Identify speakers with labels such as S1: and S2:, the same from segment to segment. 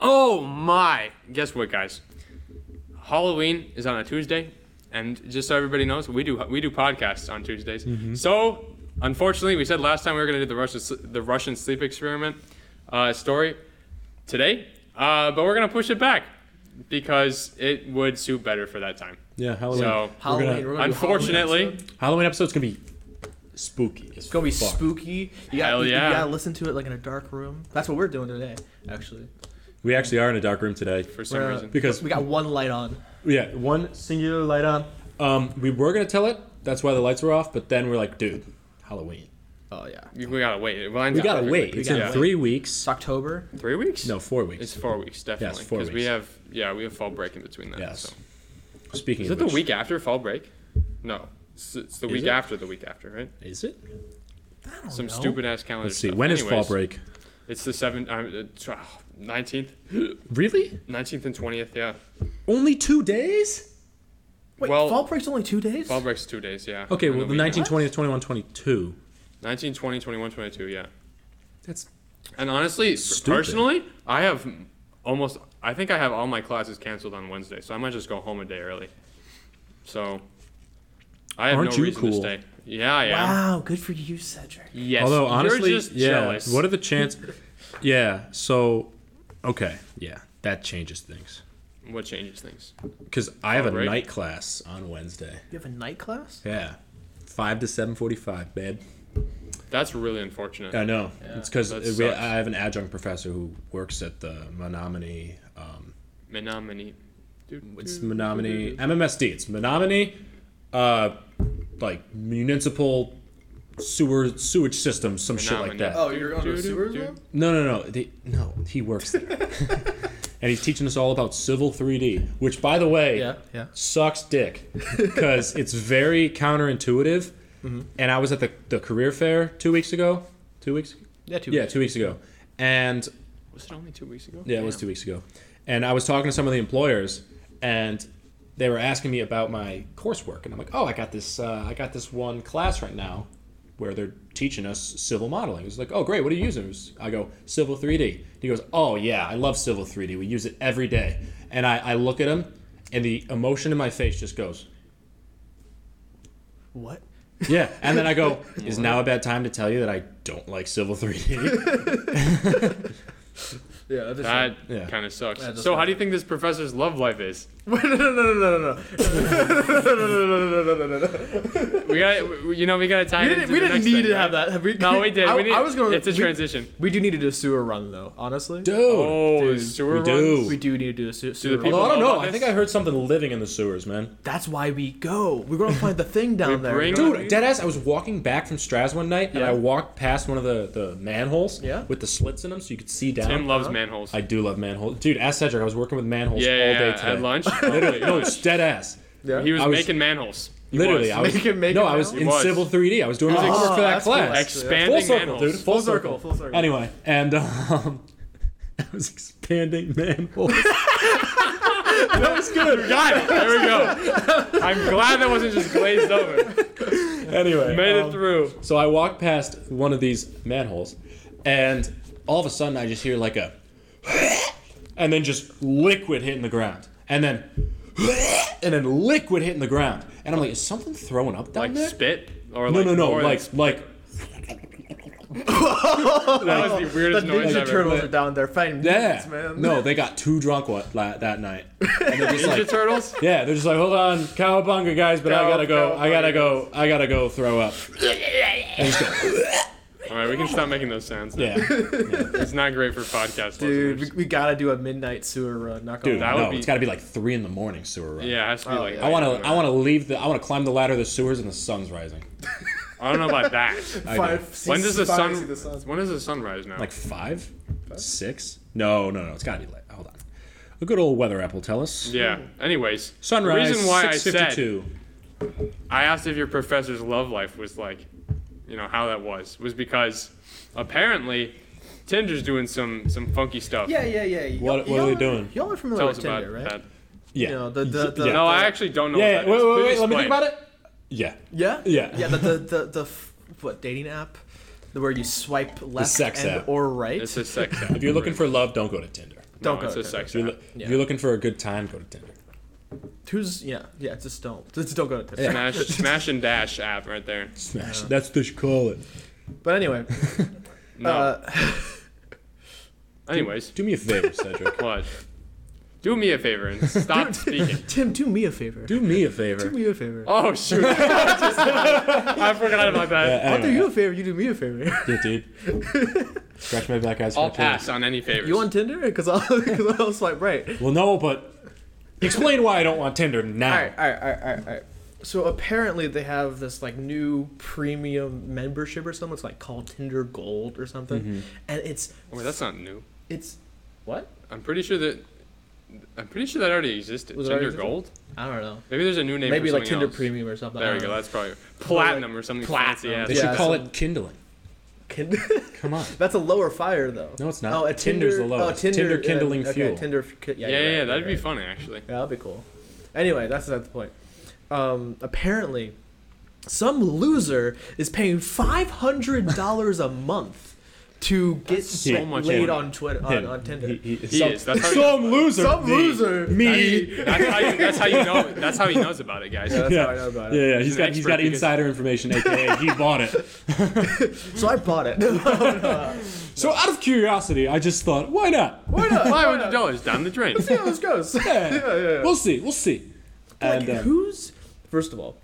S1: Oh my! Guess what, guys? Halloween is on a Tuesday, and just so everybody knows, we do we do podcasts on Tuesdays.
S2: Mm-hmm.
S1: So, unfortunately, we said last time we were going to do the Russian s- the Russian sleep experiment uh, story today, uh, but we're going to push it back because it would suit better for that time.
S2: Yeah, Halloween.
S1: So,
S2: We're
S3: Halloween.
S2: gonna-
S3: We're gonna do Halloween
S1: Unfortunately,
S3: episode.
S2: Halloween episode's gonna be spooky.
S3: it's gonna be spooky. You gotta,
S1: Hell
S3: you-
S1: yeah.
S3: You gotta listen to it like in a dark room. That's what we're doing today, actually.
S2: We actually are in a dark room today.
S1: for some
S3: We're- uh,
S1: reason,
S2: Because
S3: We got one light on.
S2: yeah, one singular light on. Um, we were gonna tell it. That's why the lights were off. But then we're like, dude, Halloween.
S3: Oh yeah.
S1: we we gotta wait. It lines
S2: We
S1: up
S2: gotta
S1: perfectly.
S2: wait. It's
S3: gotta
S2: in
S3: wait.
S2: three weeks.
S3: It's October.
S1: Three weeks?
S2: No, four weeks.
S1: It's four weeks, definitely.
S2: four
S1: Because we
S2: weeks.
S1: have, yeah, we have fall break in between that.
S2: yes.
S1: so.
S2: Speaking
S1: Is
S2: of
S1: it the
S2: which-
S1: week after fall break? No. It's, it's the
S2: Is
S1: week
S2: it?
S1: after the week after, right?
S2: is it?
S3: I don't
S1: Some
S3: know.
S1: stupid ass calendar.
S2: Let's see.
S1: stuff.
S2: When is fall
S1: Anyways,
S2: break?
S1: It's the seventh, uh, nineteenth,
S2: Really?
S1: nineteenth and twentieth. Yeah,
S2: Only two days?
S3: Wait,
S1: well-
S3: fall break's only two days.
S1: fall break's two days. Yeah.
S2: Okay, well the 19, 20, 21, 22.
S1: 19, 20, 21, 22, Yeah.
S2: That's
S1: And honestly,
S2: Stupid.
S1: personally, I have almost. I think I have all my classes canceled on Wednesday, so I might just go home a day early. So. I have
S2: Aren't
S1: no
S2: you
S1: reason
S2: cool?
S1: to stay. Yeah, I am.
S3: Wow, good for you, Cedric.
S1: Yes.
S2: Although honestly,
S1: you're just
S2: yeah.
S1: jealous.
S2: What are the chances? yeah. So, okay. Yeah, that changes things.
S1: What changes things?
S2: Because I have a
S1: Alright.
S2: night class on Wednesday.
S3: You have a night class?
S2: Yeah, five to seven forty-five, babe.
S1: That's really unfortunate.
S2: I know. It's because
S1: that
S2: I
S1: sucks.
S2: have an adjunct professor who works at the Menominee. Um,
S1: Menominee.
S2: it's
S1: Mm-hmm.
S2: Menominee MMSD. It's Menominee, uh, like municipal sewer sewage systems, some shit like
S1: Menominee.
S2: that.
S3: Oh, you're going to
S1: Dude,
S3: the sewers
S1: dude.
S3: now?
S2: No, no, no. They, no, he works there. and he's teaching us all about Civil 3D, which, by the way,
S3: Yeah, yeah.
S2: sucks dick because it's very counterintuitive.
S3: Mm-hmm.
S2: And I was at the, the career fair two weeks ago. Two weeks?
S3: Yeah, two.
S2: Yeah, two weeks ago. And
S1: Was it only two weeks ago?
S2: yeah, it was two weeks ago. And I was talking to some of the employers, and they were asking me about my coursework, and I'm like, oh, I got this, uh, I got this one class right now, where they're teaching us civil modeling. It's like, oh, great, what are you using? It was- I go civil 3D. He goes, oh yeah, I love civil 3D. We use it every day. And I, I look at him, and the emotion in my face just goes,
S3: What?
S2: yeah. And then I go, is now a bad time to tell you that I don't like civil 3D?
S3: Yeah, that's
S1: That
S2: Yeah.
S1: kind of sucks.
S3: That does
S1: so, how
S3: suck.
S1: do you think this professor's love life is?
S3: Wait, no, no, no, no, no, no, no, no, no, no, no, no, no, no.
S1: We got, you know, we got to tie
S3: We
S1: it
S3: didn't,
S1: into
S3: we
S1: the
S3: didn't
S1: next
S3: need
S1: thing,
S3: to
S1: right?
S3: have that. Have we,
S1: No, we did.
S3: I,
S1: we need,
S3: I was going.
S1: It's a
S3: we,
S1: transition.
S3: We do need to do a sewer run, though. Honestly,
S2: Dude.
S1: Oh,
S3: dude,
S1: sewer
S2: we do.
S3: we do need to do a sewer,
S1: the
S3: sewer
S1: people
S2: Although I
S3: run.
S2: don't
S1: know
S2: know.
S1: about
S2: I think
S1: this?
S2: I heard something living in the sewers, man.
S3: That's why we go. We're going to find the thing down there.
S1: bring-
S3: you know?
S1: Right.
S2: Dude, deadass, I was walking back from Straz one night and
S3: Yeah.
S2: I walked past one of the, the manholes
S3: Yeah.
S2: with the slits in them so you could see down.
S1: Tim loves manholes.
S2: I do love manholes. Dude, ask Cedric, I was working with manholes
S1: yeah,
S2: all
S1: yeah,
S2: day
S1: yeah,
S2: today.
S1: at lunch. Oh my
S2: no, it's
S1: gosh.
S2: deadass.
S3: Yeah.
S1: he was,
S2: I was-
S1: making manholes. He
S2: Literally,
S1: was.
S2: I was
S3: Making- making
S2: No, I was in
S3: manholes?
S1: He was.
S2: Civil 3D. I was doing my
S3: Oh,
S2: homework for that
S3: that's cool.
S2: class.
S1: expanding
S2: Full circle,
S1: manholes.
S2: dude. Full,
S3: Full
S2: circle.
S3: circle, full circle.
S2: Anyway, and um, I was expanding manholes.
S1: That was good. You got it. There we go. I'm glad that wasn't just glazed over.
S2: anyway,
S1: Made
S2: um,
S1: it through.
S2: So I walk past one of these manholes, and all of a sudden I just hear like a, and then just liquid hitting the ground, and then, and then liquid hitting the ground, and I'm like, is something throwing up down
S1: Like
S2: there?
S1: spit or
S2: no,
S1: like
S2: no, no,
S1: more
S2: like like
S1: that was the weirdest
S3: the
S1: noise
S3: Ninja
S1: ever.
S3: Turtles are down there fighting
S2: yeah.
S3: mutants, man.
S2: No, they got too drunk what, la- that night. And they're just
S1: Ninja
S2: like,
S1: Turtles.
S2: yeah, they're just like, hold on, cowabunga guys, but I gotta go, I gotta go, I gotta go throw up. And just go,
S1: All right, we can stop making those sounds. now.
S2: yeah,
S1: It's not great for podcast
S3: Dude, we,
S1: listeners.
S3: we gotta do a midnight sewer run. Not gonna
S2: dude,
S1: That
S3: lie.
S1: would
S2: no,
S1: be-
S2: it's gotta be like three in the morning sewer run.
S1: Yeah, it has to be
S3: Oh,
S1: like.
S3: yeah.
S2: I want to. I want to leave the. I want to climb the ladder of the sewers and the sun's rising.
S1: Oh. I don't know about that.
S2: know.
S3: Five, see-
S1: When does the
S3: five,
S1: sun?
S3: see the sun.
S1: When does the sun rise now?
S2: Like five, six? No, no, no. It's gotta be late. Hold on. A good old weather app will tell us.
S1: yeah. Anyways,
S2: Sunrise.
S1: The reason why I said
S2: 6:52.
S1: I asked if your professor's love life was like, you know, how that was, was because apparently Tinder's doing some some funky stuff.
S3: Yeah, yeah, yeah. Y-
S2: What- what are
S3: y'all
S2: they doing?
S3: Y'all are familiar
S1: Tell us
S3: with
S1: about
S3: Tinder, right?
S1: that.
S2: Yeah.
S3: You know, the- the- the-
S2: yeah.
S1: No, I actually don't know.
S2: yeah.
S1: what
S2: yeah,
S1: that
S2: Wait,
S1: is.
S2: wait, wait.
S1: Please
S2: Let me think
S1: explain.
S2: about it. Yeah.
S3: Yeah.
S2: Yeah.
S3: Yeah. The the the, the f- what dating app, The- where you swipe left
S2: sex
S3: and
S2: app.
S3: or right.
S1: It's a sex.
S2: If you're looking for love, don't go to Tinder.
S1: No,
S3: Don't go
S1: it's
S3: to
S1: a
S3: Tinder.
S1: sex
S2: If you're,
S1: app.
S2: if you're looking for a good time, go to Tinder.
S3: Who's yeah yeah? Just don't just don't go to Tinder.
S1: Smash, smash and dash app right there.
S2: Smash. That's the call it.
S3: But anyway,
S1: No.
S3: uh,
S1: Anyways,
S2: Do me a favor, Cedric.
S1: what? Do me a favor and stop speaking.
S3: Tim, do me a favor.
S2: Do me a
S3: Do
S2: favor.
S3: me a favor.
S1: Oh shoot! I, just- I forgot about that.
S2: Yeah,
S3: I'll do
S2: Uh, anyway.
S3: you a favor. You do me a favor.
S2: Yeah, dude. Scratch my back, guys.
S1: I'll pass on any favors.
S3: You on Tinder? Because I'll, 'cause I'll swipe right.
S2: Well, no, but explain why I don't want Tinder now.
S3: All right, all right, all right, all right, all right. So apparently they have this like new premium membership or something. It's like called Tinder Gold or something,
S2: Mm-hmm.
S3: and it's
S1: Oh, Wait, that's not new.
S3: it's what
S1: I'm pretty sure that. I'm pretty sure that already existed.
S3: Was it
S1: Tinder
S3: already existed?
S1: Gold.
S3: I don't know.
S1: Maybe there's a new name.
S3: Maybe
S1: for
S3: like
S1: something
S3: Tinder
S1: else.
S3: Premium or something.
S1: There
S3: I
S1: we go.
S3: don't
S1: That's probably platinum or something. Fancy
S3: Platinum.
S1: ass.
S2: They
S3: Yeah,
S2: should call
S3: so-
S2: it kindling.
S3: know.
S2: Come on.
S3: That's a lower fire though.
S2: No, it's not.
S3: Oh, a
S2: Tinder's
S3: Tinder.
S2: the
S3: oh,
S2: lowest.
S3: Tinder,
S2: Tinder
S3: uh,
S2: kindling
S3: okay,
S2: fuel.
S3: Tinder. f- ki-
S1: Yeah, yeah,
S3: Yeah, you're right,
S1: yeah,
S3: you're
S1: that'd be
S3: right.
S1: fun actually.
S3: Yeah, that'd be cool. Anyway, that's not the point. Um, apparently, some loser is paying five hundred dollars a month to get
S1: so much
S3: laid
S1: money.
S3: on Twitter on, on Tinder.
S2: He, he-
S1: He
S2: some,
S1: is, that's how he-
S2: some loser.
S3: Some
S2: Me.
S3: loser.
S2: Me.
S1: That's how you. That's how you know. That's how he knows about it, guys.
S3: Yeah.
S2: yeah.
S3: how I know about it.
S2: yeah, yeah,
S1: He's
S2: he's
S1: an
S2: got he's
S1: expert
S2: got
S1: because-
S2: insider information, aka he bought it.
S3: So I bought it.
S2: So out of curiosity, I just thought, why not?
S3: Why not?
S1: Five hundred dollars down the drain.
S3: See how this goes.
S2: Yeah.
S3: yeah, yeah.
S2: We'll see, we'll see.
S3: Like,
S2: And uh,
S3: who's first of all,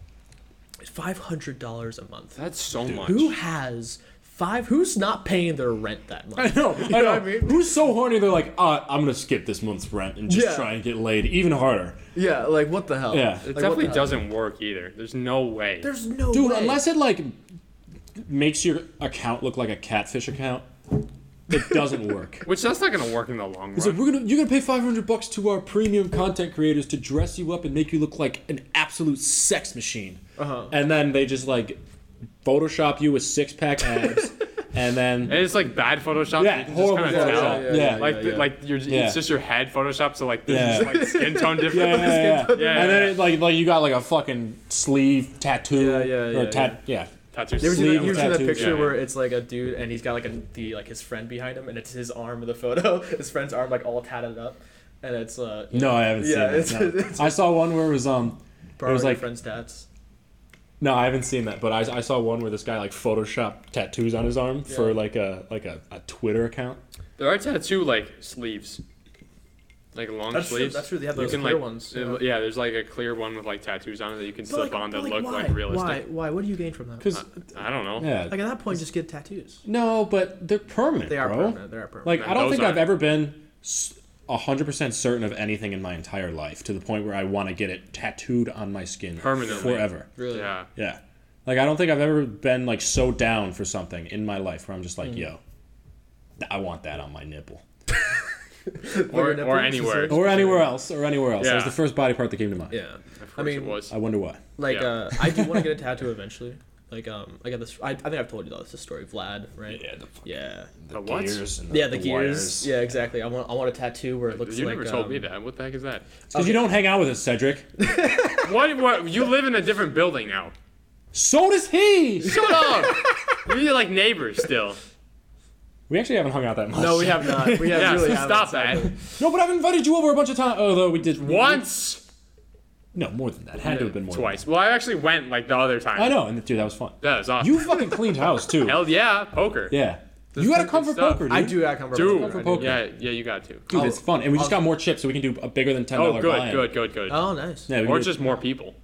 S3: five hundred dollars a month.
S1: That's so much.
S3: Who has five? Who's not paying their rent that
S2: I
S3: month?
S2: know, I know.
S3: know what I mean?
S2: Who's so horny? They're like, uh, I'm gonna skip this month's rent and just
S3: Yeah.
S2: try and get laid even harder,
S3: yeah, like what the hell?
S1: It
S2: Yeah.
S3: Like, what
S1: definitely
S3: the hell?
S1: doesn't work either. There's no way.
S3: There's no
S2: dude.
S3: way.
S2: Unless it like makes your account look like a catfish account, it doesn't work.
S1: Which that's not gonna work in the long
S2: It's like
S1: run.
S2: we're gonna you're gonna pay five hundred bucks to our premium content creators to dress you up and make you look like an absolute sex machine.
S3: Uh-huh.
S2: And then they just like Photoshop you with six pack abs, and then
S1: And it's like bad Photoshop.
S2: Yeah,
S1: you can
S2: horrible
S1: just kind of tell.
S2: Photoshop, yeah, yeah,
S1: like,
S3: yeah,
S1: the-
S3: yeah.
S1: like your,
S2: Yeah.
S1: it's just your head Photoshop. So like, this
S2: Yeah.
S1: is like skin tone difference.
S2: yeah, yeah, yeah, yeah.
S1: Yeah,
S2: and then
S1: yeah.
S2: it, like like you got like a fucking sleeve tattoo
S3: Yeah, yeah,
S2: or
S3: yeah,
S2: tat yeah.
S1: Tattoos.
S3: There was
S2: Sleeve
S3: that, you ever seen that
S2: tattoos,
S3: picture
S1: yeah.
S3: where it's like a dude and he's got like a, the like his friend behind him and it's his arm in the photo, his friend's arm like all tatted up, and it's uh
S2: No, I haven't
S3: Yeah,
S2: seen that.
S3: it's-
S2: no.
S3: it's-
S2: I saw one where it was um
S3: borrowing
S2: was
S3: your
S2: like-
S3: friend's tats.
S2: no, I haven't seen that, but I, I saw one where this guy like photoshopped tattoos on his arm for like a like a, a Twitter account.
S1: There are tattoo like sleeves, like long
S3: That's true-
S1: sleeves.
S3: that's true, they have those
S1: you can,
S3: clear
S1: like,
S3: ones,
S1: uh,
S3: yeah.
S1: Yeah. there's like a clear one with like tattoos on it that you can
S3: But,
S1: slip on that
S3: but,
S1: look
S3: why?
S1: like realistic. Uh,
S3: Why? Why? What do you gain from that?
S2: Cause
S1: I don't know.
S2: yeah,
S3: Like at that point, just get tattoos.
S2: No, but they're permanent.
S3: They are
S2: bro.
S3: permanent. They are permanent.
S2: Like
S1: No,
S2: I don't
S1: those
S2: think I've
S1: aren't.
S2: ever been s- a hundred percent certain of anything in my entire life to the point where I want to get it tattooed on my skin
S1: Permanently.
S2: forever.
S3: really?
S1: Yeah.
S2: Yeah. Like I don't think I've ever been like so down for something in my life where I'm just like,
S3: Hmm.
S2: yo, th- I want that on my nipple
S1: Or,
S3: Like your
S1: or
S3: nipples,
S1: anywhere.
S2: or anywhere else or anywhere else. That was
S1: Yeah.
S2: the first body part that came to mind.
S3: Yeah.
S1: Of
S3: I
S1: course
S3: mean,
S1: it was.
S2: I wonder why.
S3: Like
S1: Yeah.
S3: uh, I do want to get a tattoo eventually. Like um, I got this. I, I think I've told you about this story, Vlad, right?
S2: the,
S3: Yeah.
S1: The what?
S2: and
S3: Yeah, the, gears. Yeah, exactly. I want I want a tattoo where it looks
S1: You
S3: like.
S1: never told
S3: um,
S1: me that. What the heck is that?
S2: Because you don't hang out with us, Cedric.
S1: what? What? You live in a different building now.
S2: so does he.
S1: Shut up. You're like neighbors still.
S2: We actually haven't hung out that much.
S3: No, we have not. We have
S1: Yeah.
S3: really
S1: so
S3: haven't.
S1: stop that.
S2: No, but I've invited you over a bunch of times. Although we did
S1: Once.
S2: No, more than that. Had to have been more. than
S1: Twice. Well, I actually went like the other time.
S2: that. I know, and dude, that was fun.
S1: That was awesome.
S2: You fucking cleaned house too.
S1: Hell yeah, poker.
S2: yeah. You gotta come for
S1: stuff.
S2: poker, dude.
S3: I do have comfort.
S1: Dude.
S2: for poker.
S1: Yeah, yeah, you got to.
S2: Dude, it's fun, and we just got more chips, so we can do a bigger than ten
S1: Oh,
S2: dollar
S1: good,
S2: buy-in.
S1: good, good, good.
S3: Oh, nice.
S2: Yeah, we can
S1: or
S2: do-
S1: just more people.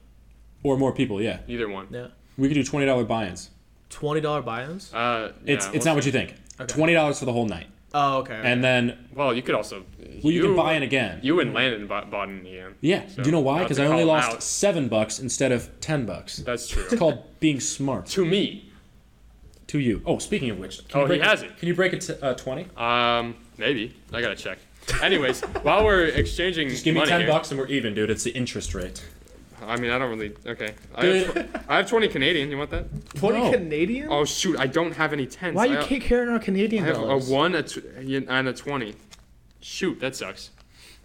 S2: or more people. Yeah,
S1: Either one.
S3: Yeah.
S2: we could do twenty dollar buy-ins.
S3: Twenty dollar buy-ins.
S1: Uh, yeah,
S2: It's it's not what you think. Twenty dollars for the whole night,
S3: Oh, okay. okay.
S2: and then
S1: Well, you could also.
S2: well, you, can buy in again.
S1: You and Landon bought, bought in again.
S2: yeah,
S1: So,
S2: do you know why?
S1: not
S2: Because
S1: to
S2: I only
S1: call
S2: lost
S1: out.
S2: seven bucks instead of ten bucks.
S1: That's true.
S2: It's called being smart
S1: to me,
S2: to you. Oh, speaking of which, can
S1: Oh,
S2: you break
S1: he has it.
S2: Can you break it to uh, twenty?
S1: um, maybe I gotta check. Anyways, while we're exchanging
S2: Give me
S1: money
S2: ten
S1: here,
S2: bucks and we're even, dude. It's the interest rate.
S1: I mean, I don't really. Okay, I have, tw- I have twenty Canadian. You want that?
S3: Twenty
S2: No.
S3: Canadian.
S1: Oh shoot, I don't have any tens.
S3: Why
S1: I,
S3: you keep carrying our Canadian
S1: I have a
S3: dollars?
S1: one, a tw- and a twenty. Shoot, that sucks.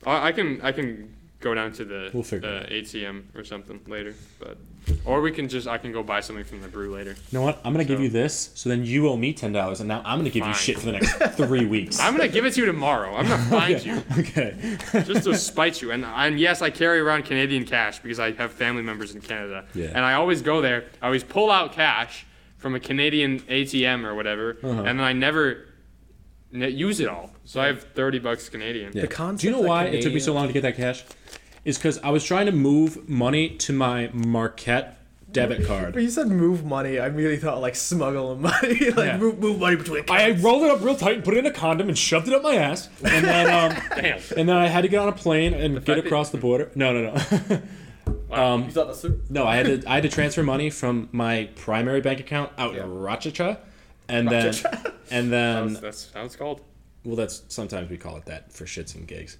S1: I, I can I can go down to the,
S2: We'll figure
S1: the ATM or something later. But or we can just I can go buy something from the brew later.
S2: You know what? I'm gonna give
S1: So-
S2: you this, so then you owe me ten dollars, and now I'm gonna give
S1: Fine.
S2: you shit for the next three weeks.
S1: I'm gonna give it to you tomorrow. I'm gonna find
S2: okay.
S1: you
S2: Okay.
S1: just to spite you. And and yes, I carry around Canadian cash because I have family members in Canada.
S2: Yeah.
S1: And I always go there. I always pull out cash from a Canadian ATM or whatever,
S2: Uh-huh.
S1: and then I never ne- use it all. So I have thirty bucks Canadian.
S2: Yeah.
S3: concept
S2: Do you know
S3: that
S2: why it took me so
S3: Canadian-
S2: long to get that cash? Is because I was trying to move money to my Marquette debit
S3: When
S2: card.
S3: you said move money, I really thought like smuggle money, like
S2: Yeah. Um,
S3: move, move money between.
S2: I
S3: accounts.
S2: rolled it up real tight and put it in a condom and shoved it up my ass, and then um,
S1: Damn.
S2: and then I had to get on a plane and get
S1: fact that-
S2: across the border. No, no, no.
S3: You thought that's the-
S2: No, I had to I had to transfer money from my primary bank account out
S3: Yeah.
S2: in Rochester, and then and
S1: That's,
S2: then
S1: that's how it's called.
S2: well, that's sometimes we call it that for shits and gigs,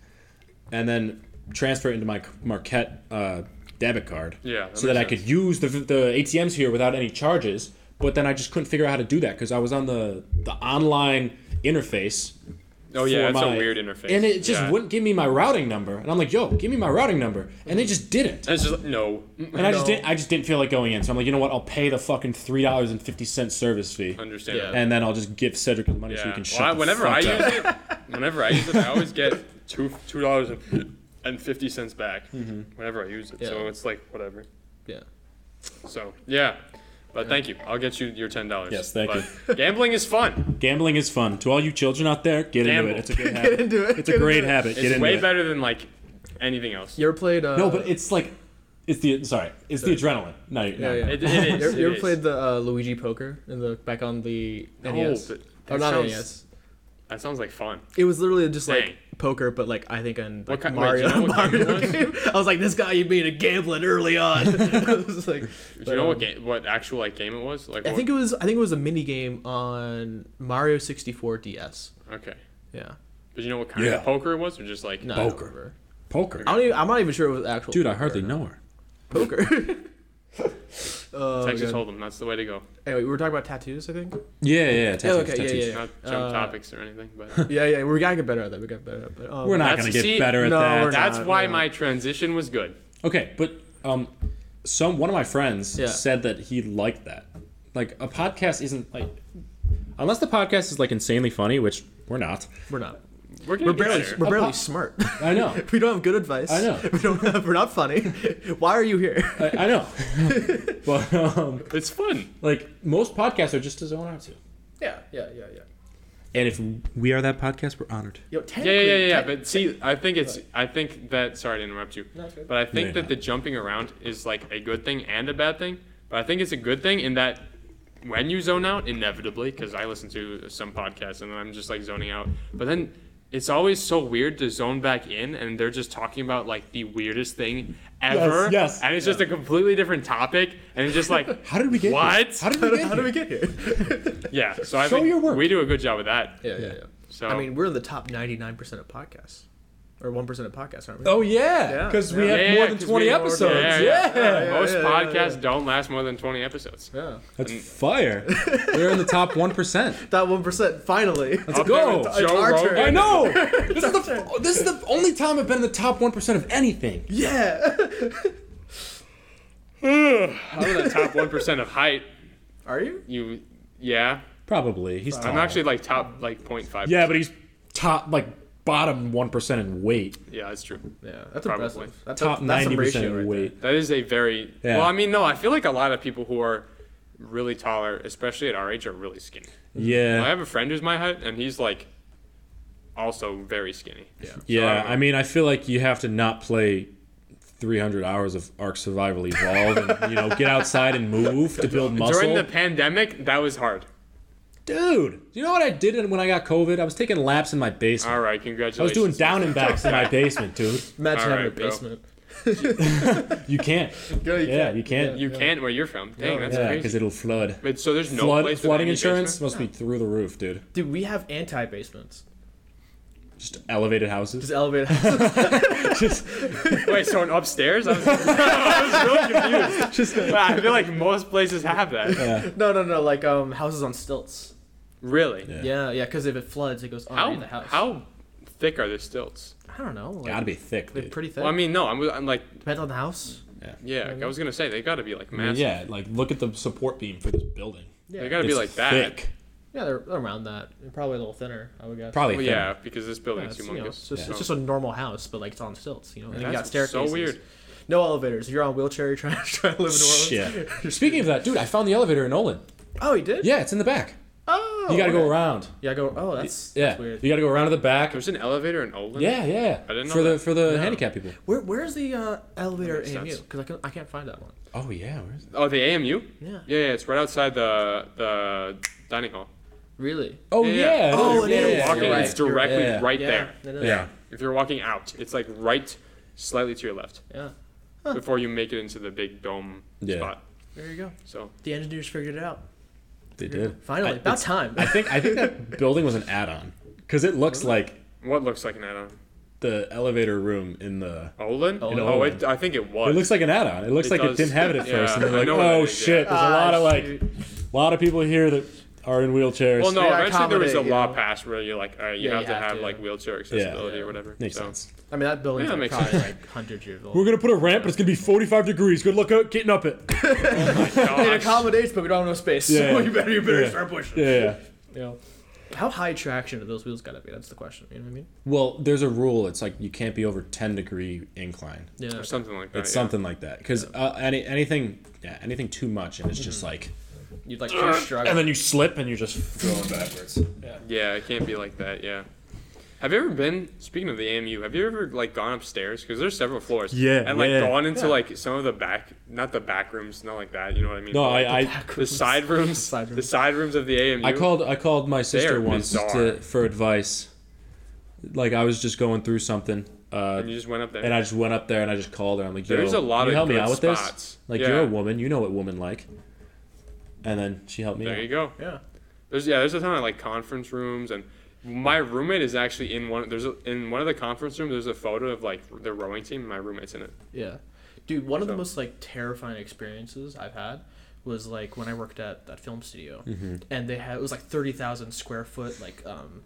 S2: and then transfer it into my Marquette uh, debit card.
S1: Yeah, that
S2: so that
S1: makes
S2: I could use the the ATMs here without any charges. But then I just couldn't figure out how to do that because I was on the the online interface.
S1: Oh yeah,
S2: for
S1: it's
S2: my-
S1: a weird interface.
S2: And it just
S1: Yeah.
S2: wouldn't give me my routing number, and I'm like, "Yo, give me my routing number," and they just didn't.
S1: And It's just like, no.
S2: And I just
S3: No.
S2: didn't. I just didn't feel like going in. So I'm like, you know what? I'll pay the fucking three dollars and fifty cent service fee,
S1: Understand.
S3: Yeah.
S1: that.
S2: and then I'll just give Cedric the money so he can shut
S1: Well, I-
S2: the
S1: whenever
S2: fuck
S1: I
S2: up.
S1: use it, whenever I use it, I always get two two dollars and fifty cents back whenever I use it. So
S3: Yeah.
S1: it's like whatever.
S3: yeah.
S1: So yeah, but thank you. I'll get you your ten dollars.
S2: Yes, thank
S1: but Gambling is fun.
S2: Gambling is fun. To all you children out there, get
S1: Gamble.
S2: into it. It's a good
S3: Get
S2: habit.
S3: into it.
S2: It's a
S3: Get
S2: great
S3: into it.
S2: habit. Get
S1: It's
S2: into
S1: way
S2: it.
S1: better than like anything else.
S3: You ever played? Uh,
S2: No, but it's like, it's the sorry, it's the adrenaline. No, you're-
S3: yeah,
S2: no.
S3: yeah.
S1: It- it is,
S3: You ever, you
S1: it
S3: ever
S1: is.
S3: played the uh, Luigi Poker in the back on the
S1: No,
S3: NES?
S1: but
S3: or
S1: that
S3: not
S1: sounds-
S3: NES.
S1: That sounds like fun.
S3: It was literally just like
S1: Dang.
S3: poker, but like I think on like,
S1: What kind- wait,
S3: Mario,
S1: do you know what game it
S3: Mario
S1: was?
S3: game. I was like, this guy, you being a gambling early on. It was like,
S1: Do you know
S3: um,
S1: what game, what actual like game it was? Like
S3: I think it was. I think it was a mini game on Mario 64 DS.
S1: what, okay.
S3: Yeah.
S1: But you know what kind
S2: Yeah.
S1: of poker it was, or just like
S3: No, I don't
S2: Poker.
S3: remember.
S2: Poker.
S3: I don't even, I'm not even sure it was actual.
S2: Dude, I
S3: poker
S2: hardly
S3: or not.
S2: know her.
S3: poker. Oh,
S1: Texas
S3: God.
S1: Hold'em? That's the way to go.
S3: Anyway, we were talking about tattoos, I think.
S2: Yeah, yeah, tattoos,
S3: Oh, okay, yeah,
S2: tattoos.
S3: yeah.
S1: Not jump
S3: Uh,
S1: topics or anything, but
S3: Yeah, yeah, we gotta get better at that. We got better at that. Um,
S2: We're not
S1: That's-
S2: gonna get
S1: see,
S2: better at
S3: no,
S2: that.
S3: we're not.
S1: that's why
S3: yeah.
S1: my transition was good.
S2: Okay, but um, some one of my friends
S3: Yeah.
S2: said that he liked that. Like a podcast isn't like, unless the podcast is like insanely funny, which we're not.
S3: We're not.
S1: We're gonna
S3: We're
S1: get
S3: barely.
S1: better.
S3: We're barely
S2: po-
S3: smart.
S2: I know.
S3: we don't have good advice.
S2: I know.
S3: We don't have. We're not funny. Why are you here?
S2: I, I know. but um,
S1: It's fun.
S2: like most podcasts are just a zone out to.
S3: Yeah, yeah, yeah, yeah.
S2: And if we are that podcast, we're honored.
S3: Yo,
S1: Yeah, yeah,
S3: technically,
S1: yeah, yeah.
S3: tech-
S1: But see, I think it's. I think that. Sorry to interrupt you.
S3: No, it's good.
S1: But I
S2: you're
S1: think that
S2: not.
S1: the jumping around is like a good thing and a bad thing. But I think it's a good thing in that when you zone out, inevitably, because I listen to some podcasts and I'm just like zoning out. But then it's always so weird to zone back in and they're just talking about like the weirdest thing ever.
S2: yes.
S1: And it's just a completely different topic. And it's just like,
S2: How did we get?
S1: What?
S2: Here? How did
S3: how,
S2: we
S3: do-
S2: get?
S3: how do
S2: here?
S3: we get here?
S1: yeah. So I
S2: Show
S1: think
S2: your work.
S1: we do a good job with that.
S3: yeah, yeah, yeah.
S1: So
S3: I mean, we're in the top 99 percent of podcasts, or one percent of podcasts, aren't we?
S2: Oh yeah,
S3: Yeah.
S2: because we
S3: Yeah,
S2: have
S1: yeah,
S2: more
S1: yeah,
S2: than
S1: 'cause
S2: twenty
S1: we have more-
S2: episodes.
S1: yeah,
S2: Yeah,
S1: yeah, most
S3: yeah, yeah,
S1: podcasts
S3: yeah.
S1: don't last more than 20 episodes.
S3: Yeah.
S2: that's fire. we're in the top one percent.
S3: That one percent. Finally.
S1: Up there
S2: go.
S1: with
S2: It's
S1: Joe
S3: our
S1: Rogan.
S3: turn.
S2: I know. this, is the, this is the only time I've been in the top one percent of anything.
S3: Yeah.
S1: I'm in the top one percent of height.
S3: Are you?
S1: You, yeah.
S2: Probably. He's
S1: I'm actually like top like 0.5.
S2: Yeah, but he's top like bottom one percent in weight.
S1: Yeah, that's true.
S3: Yeah, that's
S1: Probably.
S3: impressive. That's,
S2: Top
S3: that's some
S2: ninety percent
S3: ratio
S2: in
S3: right there.
S2: weight.
S1: That is a very
S2: Yeah.
S1: well. I mean, no, I feel like a lot of people who are really taller, especially at our age, are really skinny. I
S2: Yeah.
S1: have a friend who's my height, and he's like also very skinny. Yeah.
S2: Yeah.
S1: don't know.
S2: I mean, I feel like you have to not play 300 hours of Ark Survival Evolve and you know get outside and move to build
S1: During the
S2: muscle.
S1: pandemic, that was hard.
S2: Dude, you know what I did when I got COVID? I was taking laps in my
S1: All
S2: basement.
S1: right,
S2: I was
S1: congratulations.
S2: doing down and backs in my basement, dude.
S3: Imagine
S1: All
S3: having a
S1: right, bro.
S3: basement.
S2: You can't.
S3: Yeah, you
S2: Yeah, you can't.
S1: You can't where you're from. Dang, that's
S2: Yeah, because
S1: crazy.
S2: it'll flood.
S1: But so there's no
S2: Flood,
S1: place with
S2: flooding
S1: any
S2: insurance
S1: basement?
S2: must be through the roof, dude.
S3: Dude, we have anti basements.
S2: Just elevated houses.
S3: Just elevated houses.
S1: Wait, so an upstairs? I was, I was really confused.
S2: Just
S1: But I feel like most places have that.
S3: no, no, no. Like um, houses on stilts.
S1: Really?
S2: Yeah.
S3: Yeah, yeah. Because if it floods, it goes under
S1: How
S3: the house.
S1: how thick are the stilts?
S3: I don't know. Like,
S2: Gotta be thick,
S3: They're
S2: dude.
S3: pretty thick. Mm-hmm.
S1: Well, I mean, no, I'm, I'm like,
S3: Depends on the house.
S2: yeah.
S1: yeah, I was gonna say they gotta be like
S2: I mean,
S1: massive.
S2: yeah, like look at the support beam for this building.
S3: Yeah,
S1: They gotta be
S2: It's
S1: like that.
S2: Thick.
S3: yeah, they're they're around that. They're probably a little thinner, I would guess.
S2: Probably.
S1: Well,
S2: thinner.
S1: yeah, because this
S3: Yeah,
S1: building's
S3: it's, you know,
S1: humongous.
S3: it's just,
S1: so-
S3: it's just a normal house, but like it's on stilts, you know. And you got
S1: That's so
S3: staircases.
S1: weird.
S3: No elevators. If you're on a wheelchair, you're trying to, try to live in New Orleans.
S2: Shit. Speaking of that, dude, I found the elevator in Olin.
S3: Oh, you did?
S2: Yeah, it's in the back.
S3: Oh.
S2: You gotta go
S3: okay.
S2: around.
S3: Yeah, go. Oh, that's
S2: Yeah,
S3: that's weird.
S2: you gotta go around to the back.
S1: There's an elevator in Olin.
S2: Yeah, yeah.
S1: I didn't know
S2: for the
S1: that.
S2: for the handicapped people.
S3: Where where's the uh, elevator
S1: That
S3: at
S1: makes
S3: AMU?
S1: sense.
S3: Because I can I can't find that one.
S2: Oh yeah, where is it?
S1: Oh, the AMU.
S3: Yeah.
S1: Yeah, yeah, it's right outside the the dining hall.
S3: Really?
S2: Oh
S1: Yeah,
S2: yeah.
S1: yeah.
S3: Oh,
S2: it
S3: it
S2: is.
S3: is.
S1: Walking,
S3: You're
S1: it's
S3: right, you're
S1: directly
S2: right. Yeah.
S1: right there.
S3: Yeah. it is.
S2: Yeah.
S1: If you're walking out, it's like right, slightly to your left
S3: Yeah.
S1: before you make it into the big dome
S2: Yeah.
S1: spot.
S3: There you go.
S1: So
S3: The engineers figured it out.
S2: They did.
S3: Finally,
S2: I-
S3: about
S2: it's-
S3: time.
S2: I think I think that building was an add-on because it looks like
S1: what looks like an add-on?
S2: the elevator room in the.
S1: Olin?
S3: Olin.
S1: Oh, it, I think it was.
S2: It looks like an add-on. It looks
S1: It
S2: like
S1: does.
S2: it didn't have it at
S1: Yeah,
S2: first, and
S1: I
S2: they're like,
S1: know what
S2: "Oh
S1: they did.
S2: shit!" There's a lot of like, a lot of people here that are in wheelchairs.
S1: well, no.
S3: Yeah,
S1: Eventually, there was a
S3: accommodate,
S1: law
S3: you know.
S1: passed where you're like, all right, you
S3: Yeah,
S1: have
S3: you
S1: to
S3: have
S1: have
S3: to.
S1: like wheelchair accessibility
S2: Yeah.
S1: or whatever.
S2: Makes
S1: so.
S2: sense.
S3: I mean, that building's
S1: Yeah, that
S3: like,
S1: makes
S3: probably
S1: sense.
S3: like hundred years old.
S2: We're gonna put a ramp, but it's gonna be 45 degrees. Good luck out getting up it.
S3: It
S1: Gosh.
S3: accommodates, but we don't have enough space.
S2: Yeah.
S3: So you better you better
S2: Yeah.
S3: start pushing.
S2: Yeah. yeah.
S3: You know? How high traction do those wheels gotta be? That's the question. You know what I mean?
S2: Well, there's a rule. It's like you can't be over 10 degree incline.
S3: Yeah.
S1: or something like that.
S2: It's
S1: yeah.
S2: something like that. Because uh, any anything, yeah, anything too much, and it's just like,
S3: You'd like to struggle.
S2: and then you slip and you're just going backwards.
S1: Yeah, it can't be like that. Yeah. Have you ever been? Speaking of the AMU, have you ever like gone upstairs? Because there's several floors.
S2: Yeah,
S1: And like
S2: yeah.
S1: gone into like some of the back, not the back rooms, not like that. You know what I mean?
S2: No,
S1: But, like,
S2: I, I
S1: the side rooms,
S3: Side
S1: the
S3: rooms.
S1: side rooms of the AMU.
S2: I called I called my sister
S1: They're
S2: once
S1: bizarre.
S2: to, for advice. Like I was just going through something, uh,
S1: And you just went up there.
S2: and I just went up there and I just called her. I'm like, Yo,
S1: There's a lot
S2: can you
S1: of
S2: help me
S1: good
S2: out with
S1: spots.
S2: this? Like
S1: Yeah.
S2: you're a woman, you know what women like. And then she helped me.
S1: there
S2: out.
S1: you go.
S3: Yeah.
S1: There's yeah, there's a ton of like conference rooms and. My roommate is actually in one. There's a, in one of the conference rooms. There's a photo of like the rowing team. and My roommate's in it.
S3: Yeah. Dude, one of
S1: So-
S3: the most like terrifying experiences I've had was like when I worked at that film studio
S1: Mm-hmm.
S3: and they had it was like 30,000 square foot like um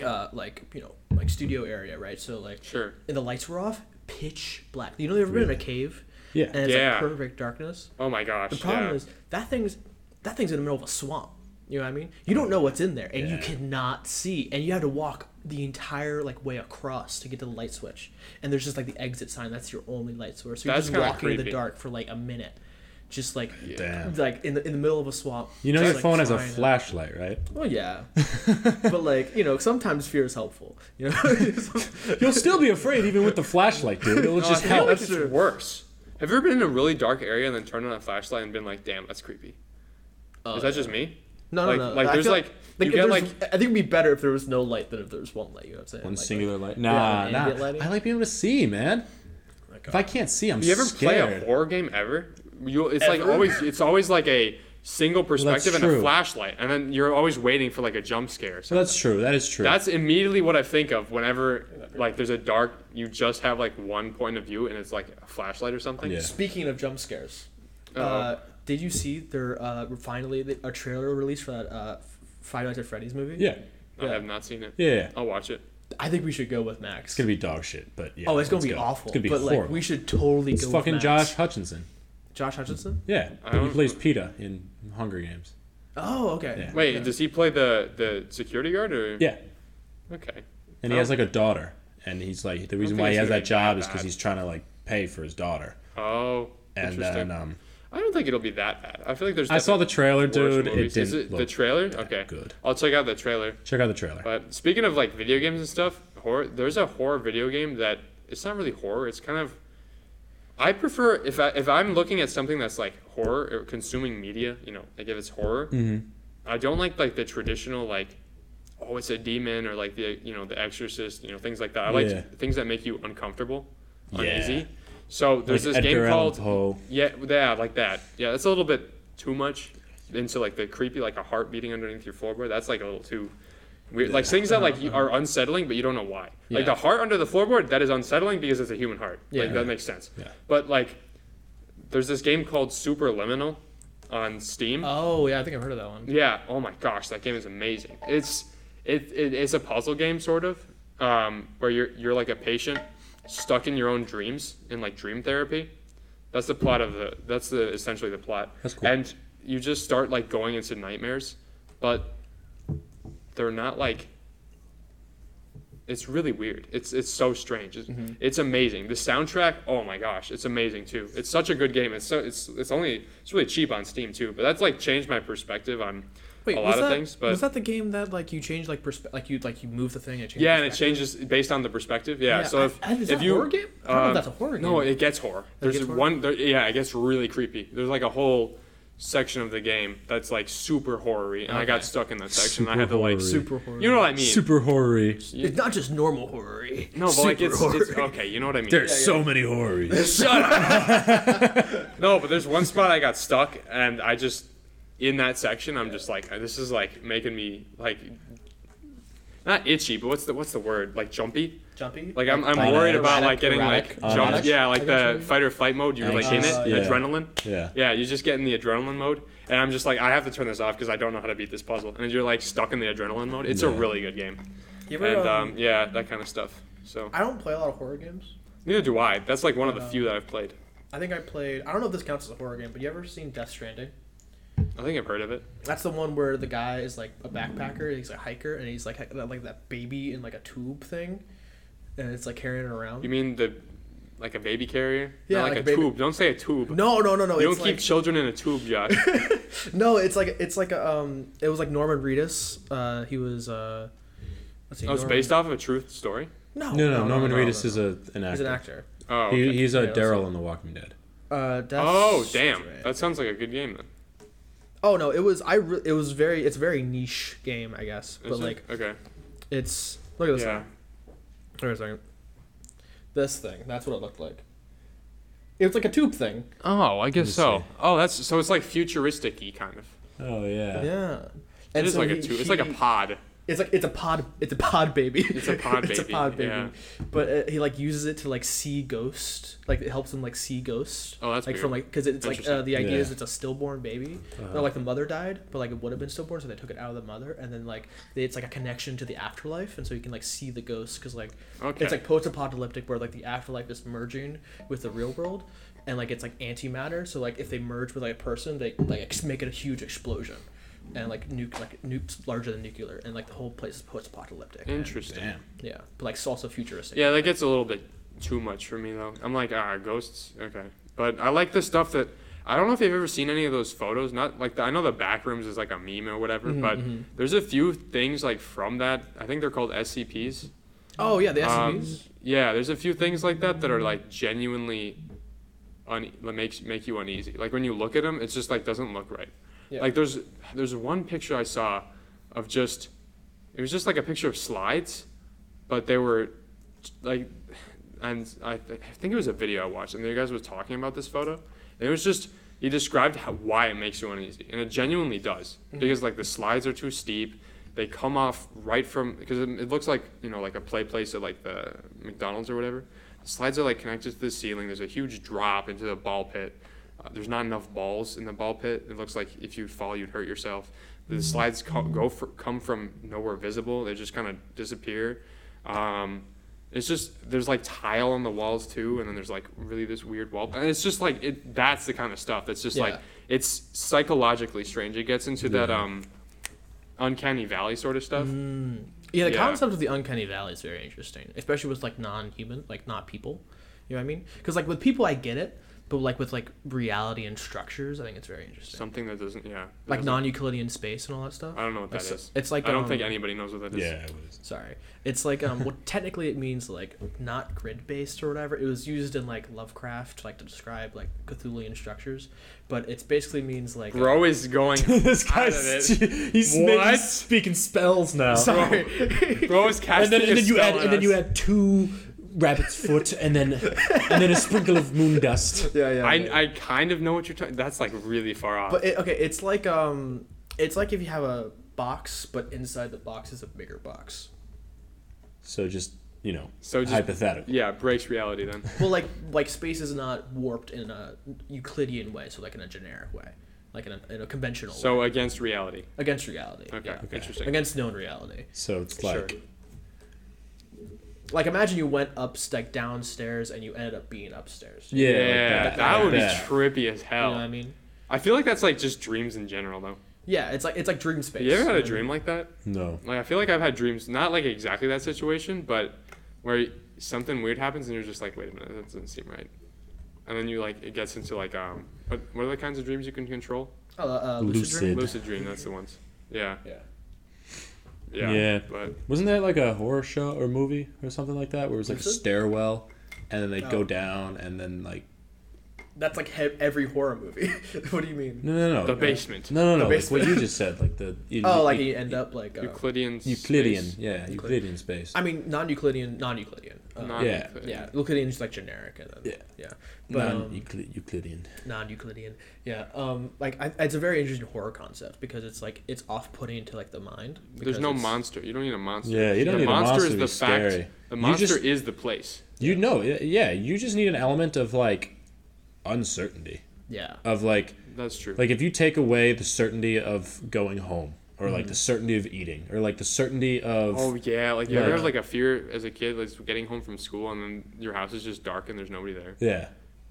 S3: uh like, you know, like studio area, right? So like
S1: Sure.
S3: and the lights were off, pitch black. You know they've ever been in a cave?
S2: Yeah.
S3: And it's
S1: Yeah.
S3: like perfect darkness.
S1: Oh my gosh.
S3: The problem
S1: yeah.
S3: is that thing's that thing's in the middle of a swamp. You know what I mean? You don't know what's in there, and you
S2: Yeah.
S3: cannot see, and you have to walk the entire like way across to get to the light switch. And there's just like the exit sign. That's your only light source. So you're
S1: That's
S3: just
S1: kinda
S3: walking in
S1: creepy.
S3: the dark for like a minute, just like
S2: Damn.
S3: like in the in the middle of a swamp.
S2: You know
S3: just,
S2: your
S3: like,
S2: phone has a
S3: trying to-
S2: flashlight, right?
S3: Well, yeah, but like you know, sometimes fear is helpful. You know,
S2: You'll still be afraid even with the flashlight, dude. It'll
S1: No,
S2: just
S1: I feel
S2: help.
S1: like it's
S3: Oh, true.
S1: worse. Have you ever been in a really dark area and then turned on a flashlight and been like, "Damn, that's creepy"? Is that just me?
S3: no,
S1: like,
S3: no, no.
S1: Like,
S3: I
S1: there's
S3: feel-
S1: like, you
S3: if
S1: get like,
S3: there's- I think it'd be better if there was no light than if there was one light. You know what I'm saying?
S2: One
S3: Like,
S2: singular light. Nah,
S3: and ambient
S2: nah.
S3: lighting. Oh
S2: I like being able to see, man.
S3: like,
S2: If I can't see, I'm
S1: do you ever play a
S2: scared.
S1: horror game ever? You, it's like
S3: Ever?
S1: always, it's always like a single perspective and a
S2: true.
S1: flashlight, and then you're always waiting for like a jump scare. So
S2: That's true. That is true.
S1: that's immediately what I think of whenever like there's a dark. You just have like one point of view, and it's like a flashlight or something.
S2: Yeah.
S3: Speaking of jump scares, uh, did you see their uh, finally the- a trailer release for that uh, Five Nights at Freddy's movie?
S2: yeah.
S1: I
S3: Yeah.
S1: have not seen it.
S2: yeah, yeah.
S1: I'll watch it.
S3: I think we should go with Max.
S2: It's gonna be dog shit, but yeah.
S3: oh, it's gonna
S2: let's
S3: be
S2: go.
S3: awful.
S2: It's gonna be
S3: but
S2: horrible.
S3: like we should totally
S2: it's
S3: go.
S2: fucking
S3: with Max.
S2: Josh Hutchinson.
S3: Josh Hutchinson.
S2: Yeah,
S1: I
S2: but he
S1: don't-
S2: plays PETA in Hunger Games.
S3: Oh, okay.
S2: Yeah.
S1: Wait, does he play the the security guard or?
S2: Yeah,
S1: Okay.
S2: and he has like a daughter, and he's like the
S1: Oh.
S2: reason
S1: think
S2: why
S1: it's
S2: he has
S1: gonna
S2: that
S1: be
S2: job
S1: that
S2: is because
S1: bad.
S2: he's trying to like pay for his daughter.
S1: Oh.
S2: And
S1: interesting.
S2: then um,
S1: I don't think it'll be that bad. I feel like there's.
S2: I saw the
S1: definitely
S2: trailer,
S1: worse
S2: dude. It
S1: movies.
S2: didn't
S1: Is it the
S2: look-
S1: trailer? Okay,
S2: good.
S1: I'll check out the trailer.
S2: Check out the trailer.
S1: But speaking of like video games and stuff, horror. There's a horror video game that it's not really horror. It's kind of. I prefer if I if I'm looking at something that's like horror or consuming media, you know, like if it's horror,
S2: Mm-hmm.
S1: I don't like like the traditional like, oh, it's a demon or like the you know the Exorcist, you know things like that. I like
S2: Yeah.
S1: things that make you uncomfortable,
S2: Yeah.
S1: uneasy. So there's this
S2: Like Edgar
S1: game
S2: Allan
S1: called
S2: Poe.
S1: yeah, yeah, like that. Yeah, that's a little bit too much into like the creepy, like a heart beating underneath your floorboard. That's like a little too weird. Like things that like you are unsettling, but you don't know why. Like the heart under the floorboard, that is unsettling because it's a human heart. Like
S3: Yeah.
S1: that makes sense.
S2: Yeah.
S1: But like, there's this game called Superliminal on Steam.
S3: Oh yeah, I think I've heard of that one.
S1: Yeah. Oh my gosh, that game is amazing. It's it, it it's a puzzle game sort of. um, where you're you're like a patient stuck in your own dreams in like dream therapy. That's the plot of the. That's the essentially the plot.
S2: That's cool.
S1: And you just start like going into nightmares, but they're not like. It's really weird. It's it's so strange. It's,
S3: Mm-hmm.
S1: it's amazing. The soundtrack. Oh my gosh, it's amazing too. It's such a good game. It's so it's it's only it's really cheap on Steam too. But that's like changed my perspective on
S3: Wait,
S1: a lot
S3: was that,
S1: of things. But
S3: was that the game that like you changed like perspe- like you like you move the thing and change?
S1: yeah, and it changes based on the perspective. Yeah.
S3: Yeah,
S1: so if
S3: I- I- is
S1: if
S3: that a
S1: you
S3: horror game? I don't know if
S1: um,
S3: that's a horror
S1: No,
S3: game.
S1: it gets horror. There's
S3: gets horror?
S1: one. There, yeah, it gets really creepy. There's like a whole section of the game that's like super horror-y, and I got
S3: Okay.
S1: stuck in that section. and I
S2: Super
S1: had to like
S2: horror-y.
S3: Super horror.
S1: You know what I mean?
S2: Super horror
S3: It's not just normal horror.
S1: no, but like it's, it's okay. You know what I mean?
S2: There's so many horrors.
S1: Shut up. no, but there's one spot I got stuck, and I just in that section, I'm just like, this is like making me like not itchy, but what's the what's the word? Like jumpy.
S3: jumpy.
S1: Like I'm, I'm
S2: Like
S1: worried
S2: erratic-
S1: about like getting
S2: erratic-
S1: like jump,
S2: erratic?
S1: yeah, like
S3: I got
S1: the
S3: you.
S1: fight or flight mode. You're like in
S2: Anxious,
S1: it,
S2: yeah.
S1: adrenaline.
S2: Yeah.
S1: Yeah, you just get in the adrenaline mode, and I'm just like, I have to turn this off because I don't know how to beat this puzzle. And you're like stuck in the adrenaline mode. It's a
S2: Yeah.
S1: really good game,
S3: You ever,
S1: and
S3: um,
S1: um, yeah, that kind of stuff. So
S3: I don't play a lot of horror games.
S1: neither do I. That's like one of the few that I've played.
S3: I think I played. I don't know if this counts as a horror game, but you ever seen Death Stranding?
S1: I think I've heard of it.
S3: That's the one where the guy is like a backpacker, he's a hiker, and he's like ha- like that baby in like a tube thing, and it's like carrying it around.
S1: You mean the like a baby carrier?
S3: Yeah,
S1: Not like,
S3: like
S1: a
S3: a baby-
S1: tube. Don't say a tube.
S3: no, no, no, no.
S1: you don't
S3: it's
S1: keep
S3: like,
S1: children in a tube, Josh.
S3: No, it's like it's like a, um, it was like Norman Reedus. Uh, he was uh, let's see.
S1: oh, it's
S3: Norman-
S1: based off of a truth story.
S3: No,
S2: No, no, Norman
S1: Oh, no,
S2: Reedus
S3: no.
S2: is a, an actor.
S3: He's an actor.
S1: Oh,
S2: He-
S1: okay.
S2: he's a
S3: Yeah,
S2: Daryl in The Walking Dead.
S3: Uh, Death
S1: oh, damn.
S3: Stranding.
S1: That sounds like a good game then.
S3: Oh no, it was I. Re- it was very. It's a very niche game, I guess. But
S1: Is it?
S3: like,
S1: okay,
S3: it's look at this.
S1: yeah.
S3: thing. Wait a second. This thing. That's what it looked like. It was like a tube thing.
S1: Oh, I guess
S2: me
S1: so.
S2: see.
S1: Oh, that's so it's like futuristic y kind of.
S2: Oh yeah.
S3: Yeah.
S1: It
S3: And
S1: is
S3: so
S1: like a
S3: he-
S1: two. It's like a
S3: he-
S1: pod.
S3: It's like it's a pod. It's a pod baby.
S1: It's a pod
S3: it's a
S1: baby,
S3: pod baby.
S1: yeah.
S3: But uh, he like uses it to like see ghosts. Like it helps him like see ghosts.
S1: Oh, that's
S3: like from
S1: weird.
S3: like because it's like uh,
S1: Interesting.
S3: the idea is
S2: Yeah.
S3: it's a stillborn baby.
S2: Uh-huh.
S3: But like the mother died, but like it would have been stillborn, so they took it out of the mother, and then like they, it's like a connection to the afterlife, and so you can like see the ghosts because like
S1: Okay.
S3: it's like post-apocalyptic where like the afterlife is merging with the real world, and like it's like antimatter, so like if they merge with like a person, they like ex- make it a huge explosion. And like nuke, like nukes larger than nuclear, and like the whole place is post-apocalyptic. and-
S1: Interesting.
S2: Damn.
S3: yeah, but like also futuristic.
S1: Mm. Yeah, that gets a little bit too much for me though. I'm like, ah, ghosts. Okay, but I like the stuff that I don't know if you've ever seen any of those photos. Not like the, I know the back rooms is like a meme or whatever,
S3: Mm-hmm,
S1: but there's a few things like from that. I think they're called SCPs.
S3: Oh yeah, the
S1: Um,
S3: SUVs.
S1: yeah, there's a few things like that that are like genuinely un- that makes make you uneasy. Like when you look at them, it's just like doesn't look right.
S3: Yeah.
S1: Like there's there's one picture I saw of just it was just like a picture of slides, but they were like and I, th- I think it was a video I watched and the guys was talking about this photo and it was just he described how, why it makes you uneasy and it genuinely does because like the slides are too steep they come off right from because it, it looks like you know like a play place at like the McDonald's or whatever the slides are like connected to the ceiling there's a huge drop into the ball pit uh, there's not enough balls in the ball pit. It looks like if you fall, you'd hurt yourself. The slides co- go for, come from nowhere visible. They just kind of disappear. Um, it's just there's like tile on the walls too, and then there's like really this weird wall. And it's just like it. That's the kind of stuff that's just like
S3: Yeah.
S1: it's psychologically strange. It gets into that
S2: Yeah.
S1: um, uncanny valley sort of stuff.
S3: Yeah,
S1: yeah.
S3: the concept of the uncanny valley is very interesting, especially with like non-human, like not people. You know what I mean? Because like with people, I get it, but like with like reality and structures, I think it's very interesting.
S1: Something that doesn't. Yeah. that
S3: like
S1: doesn't-
S3: non-Euclidean space and all that stuff.
S1: I don't know what that
S3: like,
S1: is.
S3: so- it's like,
S1: I don't
S3: um,
S1: think anybody knows what that is.
S2: Yeah. It was.
S3: Sorry, it's like um, well, technically it means like not grid-based or whatever. It was used in like Lovecraft, like to describe like Cthulian structures, but it's basically means like uh,
S1: Bro is going.
S2: this
S1: guy's- Out of
S2: he's
S1: making- What?
S2: speaking spells now.
S3: sorry.
S1: Bro is
S2: and
S1: casting.
S2: then,
S1: a
S2: and then you
S1: spell
S2: add
S1: on
S2: and then you
S1: us.
S2: add two rabbit's foot and then and then a sprinkle of moon dust.
S3: yeah, yeah. yeah.
S1: I, I kind of know what you're talking. That's like really far off.
S3: But it, okay, it's like um, it's like if you have a box, but inside the box is a bigger box.
S2: So just you know,
S1: So just-
S2: hypothetical.
S1: yeah, breaks reality then.
S3: Well, like like space is not warped in a Euclidean way, so like in a generic way, like in a, in a conventional way
S1: So against reality.
S3: against reality.
S1: Okay,
S3: yeah.
S1: interesting.
S3: Against known reality.
S2: So it's
S1: Sure.
S2: like
S3: Like imagine you went up like downstairs and you ended up being upstairs.
S2: Yeah,
S1: Yeah,
S2: like
S1: that, would
S2: Like
S1: be trippy as
S3: You
S1: hell.
S3: know what I mean?
S1: I feel like that's like just dreams in general, though.
S3: Yeah, it's like it's like dream space.
S1: You ever had a
S3: know?
S1: dream like that?
S2: No.
S1: Like I feel like I've had dreams, not like exactly that situation, but where something weird happens and you're just like, wait a minute, that doesn't seem right. And then you like it gets into like um, what what are the kinds of dreams you can control?
S3: Uh, uh, lucid. Dream?
S2: Lucid.
S1: Lucid dream, that's the ones. Yeah,
S3: Yeah.
S1: yeah.
S2: Yeah.
S1: But
S2: Wasn't there like a horror show or movie or something like that where it was like a
S3: Lucid?
S2: stairwell and then they'd
S3: Oh.
S2: go down and then like
S3: That's like he- every horror movie. what do you mean?
S2: no no no
S1: the
S2: no.
S1: basement,
S2: no no
S3: The
S2: no like what
S3: basement.
S2: you just said like the e-,
S3: Oh, like you end up like. Uh,
S1: Euclidean. space.
S2: Euclidean yeah Euclidean space
S3: I mean, non-Euclidean, non-Euclidean. Uh,
S1: Not
S2: Yeah.
S1: Euclidean.
S3: yeah, Euclidean is like generic. And then,
S2: Yeah.
S3: Yeah. But,
S2: non
S3: um,
S2: Euclidean
S3: non-Euclidean. Yeah. Um, like I, it's a very interesting horror concept because it's like it's off-putting to like the mind.
S1: There's
S3: because
S1: no
S3: it's-
S1: monster. You don't need a monster.
S2: Yeah, you don't
S1: the
S2: need a monster to be scary.
S1: The
S2: You
S1: monster
S2: just-
S1: is the place.
S2: you know yeah you just need an element of like uncertainty
S3: Yeah.
S2: of like
S1: That's true.
S2: Like if you take away the certainty of going home, or like
S3: Mm-hmm.
S2: the certainty of eating, or like the certainty of
S1: oh yeah, like you
S2: Yeah.
S1: ever have like a fear as a kid, like getting home from school and then your house is just dark and there's nobody there.
S2: yeah,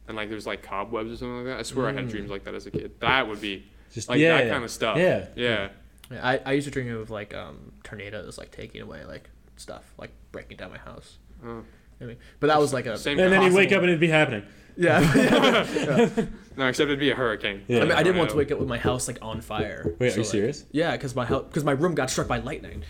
S1: and like there's like cobwebs or something like that. I swear I had dreams like that as a kid. That would be
S2: Mm. just
S1: like
S2: yeah,
S1: that kind of stuff.
S2: Yeah,
S1: Yeah.
S3: Yeah, I, I used to dream of like um, tornadoes like taking away like stuff like breaking down my house.
S1: Oh.
S3: I mean, but that was like a
S1: Same.
S2: and then you
S1: concept.
S2: wake up and it'd be happening.
S3: yeah.
S1: No, except it'd be a hurricane.
S2: Yeah.
S3: I mean, I didn't want to wake up with my house like on fire.
S2: Wait, are you
S3: like-
S2: serious?
S3: Yeah, because my house because my room got struck by lightning.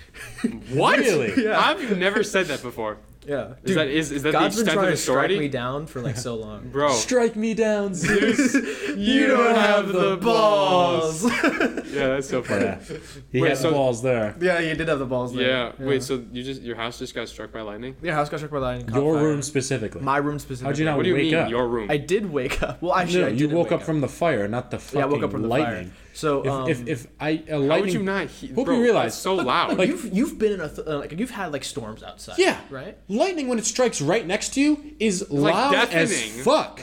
S1: What?
S2: Really?
S3: Yeah.
S1: I've never said that before.
S3: yeah,
S1: Is that is, is that
S3: God's
S1: the
S3: been
S1: extent
S3: trying
S1: of
S3: to
S1: the
S3: strike me
S1: story,
S3: down for like so long.
S1: bro?
S2: Strike me down, Zeus.
S3: you
S2: don't have the balls.
S1: yeah, that's so funny.
S2: yeah,
S1: Yeah.
S2: he
S1: Wait,
S2: had
S1: so-
S2: balls there.
S3: yeah, you did have the balls. There.
S1: Wait, so you just your house just got struck by lightning?
S3: your house got struck by lightning. caught
S2: Your
S3: fire.
S2: room specifically.
S3: my room specifically.
S2: How'd you not
S1: What do you
S2: wake
S1: mean
S2: up?
S1: your room?
S3: I did wake up. Well, actually,
S2: no,
S3: I
S2: you
S3: didn't
S2: woke
S3: wake
S2: up from the fire, not the fucking
S3: yeah, I woke up from the
S2: lightning.
S3: fire. So um,
S2: If, if if I a
S1: How would you
S2: lightning,
S1: not? He-
S2: Hope
S1: bro,
S2: you realize-
S1: It's so loud.
S3: Look, you've you've been in a th- uh, like you've had like storms outside.
S2: yeah,
S3: Right.
S2: Lightning when it strikes right next to you is
S1: like
S2: loud
S1: deafening.
S2: as fuck.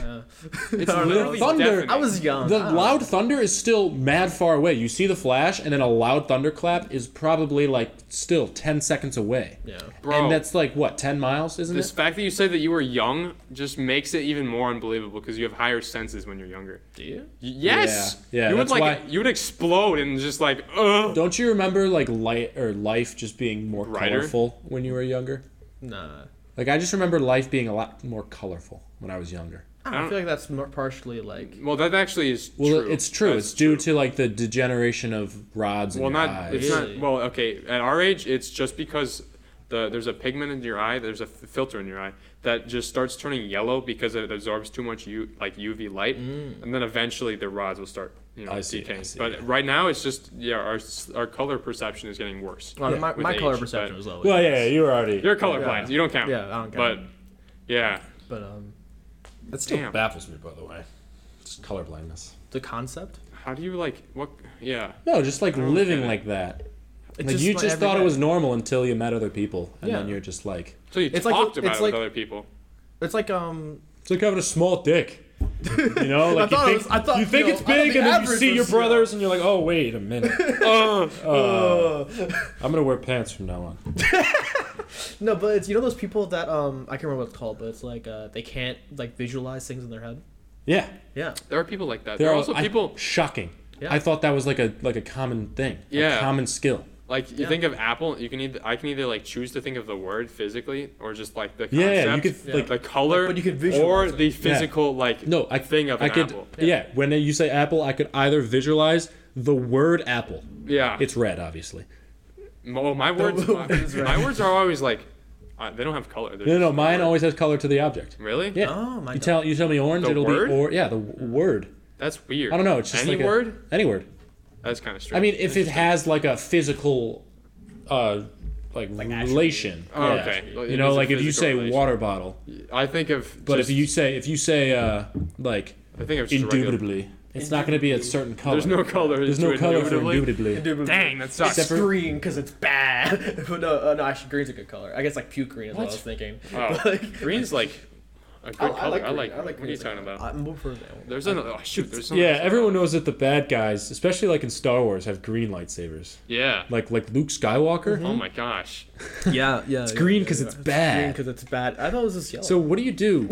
S1: it's
S3: don't know.
S1: literally
S2: Thunder.
S1: deafening.
S3: I was young. Ah.
S2: The
S1: Oh.
S3: I don't
S2: loud thunder is still mad far away. You see the flash, and then a loud thunderclap is probably like still ten seconds away.
S3: know. Yeah.
S1: Bro.
S2: And that's like what ten miles, isn't
S1: This
S2: it?
S1: fact that you say that you were young just makes it even more unbelievable because you have higher senses when you're younger.
S3: Do you?
S1: Y- Yes.
S2: Yeah, yeah,
S1: You would
S2: that's
S1: like
S2: why-
S1: you would explode and just like ugh.
S2: Don't you remember like light or life just being more
S1: Brighter?
S2: colorful when you were younger?
S3: Nah.
S2: Like I just remember life being a lot more colorful when I was younger.
S3: I,
S1: don't-
S3: don't, feel like that's more partially like
S1: Well, that actually is
S2: Well,
S1: true.
S2: it's true.
S1: That's
S2: it's due to like the degeneration of rods. in
S1: well,
S2: your
S1: not
S2: eyes.
S1: it's
S3: Really?
S1: not well. Okay, at our age, it's just because the there's a pigment in your eye, there's a f- filter in your eye that just starts turning yellow because it absorbs too much U like UV light, and then eventually the rods will start you know
S2: Mm. I see, I
S1: decaying.
S2: see,
S1: But
S2: yeah.
S1: right now, it's just yeah, our s- our color perception is getting worse.
S3: Well, my,
S1: with
S3: my color
S1: age,
S3: perception
S1: but-
S3: was always.
S2: Well, yeah, you were already.
S1: You're colorblind. You don't count.
S3: Yeah, I don't
S1: But
S3: count.
S1: yeah,
S3: But um,
S2: That still
S1: Damn.
S2: baffles me, by the way. Just colorblindness.
S3: the concept.
S1: how do you like what? Yeah.
S2: No, just like
S1: don't
S2: living
S1: get it.
S2: like that.
S3: It's
S2: like you
S3: my
S2: just thought it
S3: everyday-
S2: was normal until you met other people, and
S3: Yeah.
S2: then you're just like,
S1: So you
S3: It's like-
S1: talked about
S3: it's
S1: it with
S3: like-
S1: other people.
S3: It's like um.
S2: it's like having a small dick. You know, like
S3: thought it
S2: you think,
S3: was- I thought,
S2: you think
S3: you
S2: it's
S3: know, I thought
S2: big,
S3: the
S2: and then you
S3: average
S2: see your
S3: was-
S2: brothers, and you're like, oh wait a minute, Uh,
S1: Ugh.
S3: Uh.
S2: I'm gonna wear pants from now on.
S3: No, but it's you know those people that um I can't remember what it's called, but it's like uh they can't like visualize things in their head.
S2: Yeah,
S3: Yeah.
S1: There are people like that. There,
S2: there
S1: are also
S2: I-
S1: people
S2: shocking.
S3: Yeah.
S2: I thought that was like a like a common thing,
S1: Yeah.
S2: a common skill.
S1: like you
S3: Yeah.
S1: think of Apple. You can either I can either like choose to think of the word physically or just like the concept,
S2: Yeah, you could, like-
S1: the color,
S3: Like, but you could
S1: or
S3: visualize it.
S1: the physical like
S2: No, I
S1: thing of
S2: I
S1: an
S2: could,
S1: apple.
S2: Yeah. when you say apple, I could either visualize the word apple.
S1: Yeah, it's
S2: It's red, obviously.
S1: well, my words. My, my words are always like uh, they don't have color. They're
S2: No,
S1: just
S2: no,
S1: the
S2: mine
S1: word.
S2: always has color to the object.
S1: Really?
S2: Yeah.
S3: Oh, mine
S2: you tell you tell me orange,
S1: The
S2: it'll
S1: word?
S2: be or yeah, the w- word.
S1: That's weird.
S2: I don't know. It's just
S1: any
S2: like a-
S1: word.
S2: any word.
S1: That's kind of strange.
S2: I mean, if it has like a physical, uh, like, relation.
S1: Oh, okay. Well, it
S2: You know,
S1: is a
S2: like if you
S1: physical
S2: say
S1: relation.
S2: water bottle,
S1: I think of.
S2: but
S1: just,
S2: if you say if you say uh, like
S1: I think of just regular-
S2: indubitably, it's not going to be a certain color.
S1: There's no color.
S2: There's no
S1: to
S2: color for indubitably.
S1: Dang, that sucks.
S3: It's green because it's bad. but no, uh, no, actually, green's a good color. I guess like puke green is what, I was thinking.
S1: Oh,
S3: But, like,
S1: green's like a good color.
S3: I, I like.
S1: I
S3: green.
S1: like.
S3: I like.
S1: what are you
S3: green.
S1: talking about?
S3: I- I'm over now.
S1: there's another. Oh, shoot. There's another-
S2: Yeah, everyone knows that the bad guys, especially like in Star Wars, have green lightsabers.
S1: Yeah.
S2: Like like Luke Skywalker.
S1: Oh my gosh.
S3: Yeah, yeah.
S2: It's green 'cause it's bad.
S3: Green because it's bad. I thought it was just yellow.
S2: So what do you do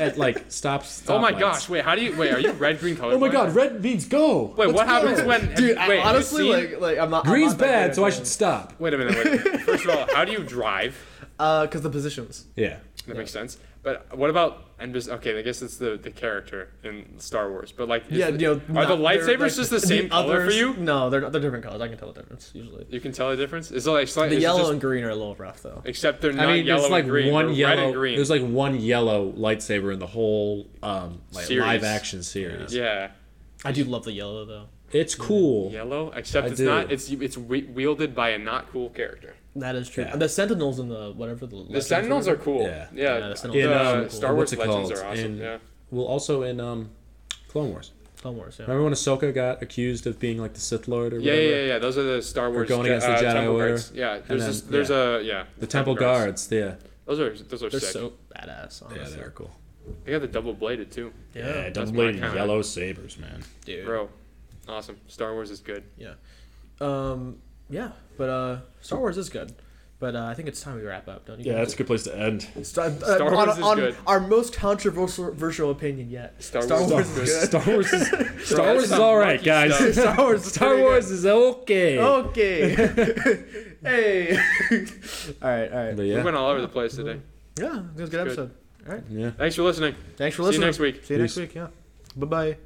S2: at like stops?
S1: Oh my gosh. Wait. How do you? Wait. Are you red green color?
S2: Oh my god, red means go.
S1: Wait.
S2: Let's
S1: What
S2: go.
S1: happens when?
S3: dude,
S1: wait,
S3: I
S1: have you
S3: honestly
S1: seen-
S3: like like I'm not.
S2: Green's
S3: I'm not that
S2: bad,
S3: great
S2: so
S3: at
S2: I should
S3: that.
S2: stop.
S1: Wait a minute. Wait. a minute. First of all, how do you drive?
S3: Uh, because the positions.
S2: Yeah.
S1: That makes sense. But what about and just okay? I guess it's the the character in Star Wars. But like, is
S3: Yeah,
S1: the-
S3: you know,
S1: are the
S3: not- they're,
S1: lightsabers
S3: like,
S1: just the same color
S3: others-
S1: for you?
S3: No, they're not. They're different colors. I can tell the difference usually.
S1: You can tell the difference. Is it like slightly
S3: The
S1: is it
S3: yellow
S1: just-
S3: and green are a little rough though.
S1: except they're
S2: I
S1: not
S2: mean,
S1: yellow
S2: there's like
S1: and green.
S2: one
S1: they're
S2: yellow.
S1: red and green.
S2: There's like one yellow lightsaber in the whole um, like
S1: Series.
S2: live action series.
S1: yeah,
S3: I do love the yellow though.
S2: It's cool.
S1: yellow. Except
S2: I
S1: it's
S2: do.
S1: not. It's it's wi- wielded by a not cool character.
S3: That is true.
S2: Yeah.
S3: And The Sentinels and the whatever the
S1: The Sentinels are cool.
S2: Yeah.
S1: Yeah,
S3: Yeah, the Sentinels
S1: the
S2: are cool.
S1: Star Wars
S2: um, What's it
S1: Legends
S2: called?
S1: are awesome.
S2: In-
S1: yeah,
S2: Well, also in um, Clone Wars.
S3: Clone Wars. Yeah.
S2: Remember when Ahsoka got accused of being like the Sith Lord or
S1: yeah,
S2: whatever?
S1: yeah, yeah, yeah. Those are the Star Wars
S2: going
S1: Je-
S2: against the
S1: uh,
S2: Jedi
S1: Temple
S2: Order.
S1: Guards. Yeah, there's
S2: then-
S1: this, there's
S2: yeah.
S1: a yeah
S2: The Temple Guards. Yeah.
S1: Those are those are
S3: They're
S1: sick.
S3: so badass. Honestly.
S2: Yeah, they're cool.
S1: they got the double bladed too,
S3: Yeah,
S2: Yeah,
S1: that's
S2: double
S1: my
S2: bladed
S1: kinda-
S2: yellow sabers, man.
S3: dude.
S1: bro. Awesome. Star Wars is good.
S3: Yeah. Um. Yeah, but uh, Star Wars is good. But uh, I think it's time we wrap up, don't you?
S2: Yeah, that's a good place to end.
S3: Star,
S1: Star
S3: uh, on,
S1: Wars is
S3: on
S1: good.
S3: our most controversial controversial opinion yet.
S1: Star
S3: Wars,
S1: Wars is
S3: is
S1: good.
S3: good.
S2: Star Wars is, Star Wars is
S1: some
S2: all right,
S1: monkey
S2: guys.
S1: stuff.
S3: Star Wars is
S2: Star
S3: pretty good.
S2: Wars is okay.
S3: Okay. hey. all right. All right.
S2: But
S1: We
S2: yeah.
S1: went all over the place today.
S3: Yeah, it was a good episode. All right.
S2: Yeah.
S1: Thanks for listening.
S3: Thanks for
S1: See you
S3: listening.
S1: next week.
S3: See you next
S2: Peace.
S3: week. Yeah. Bye bye.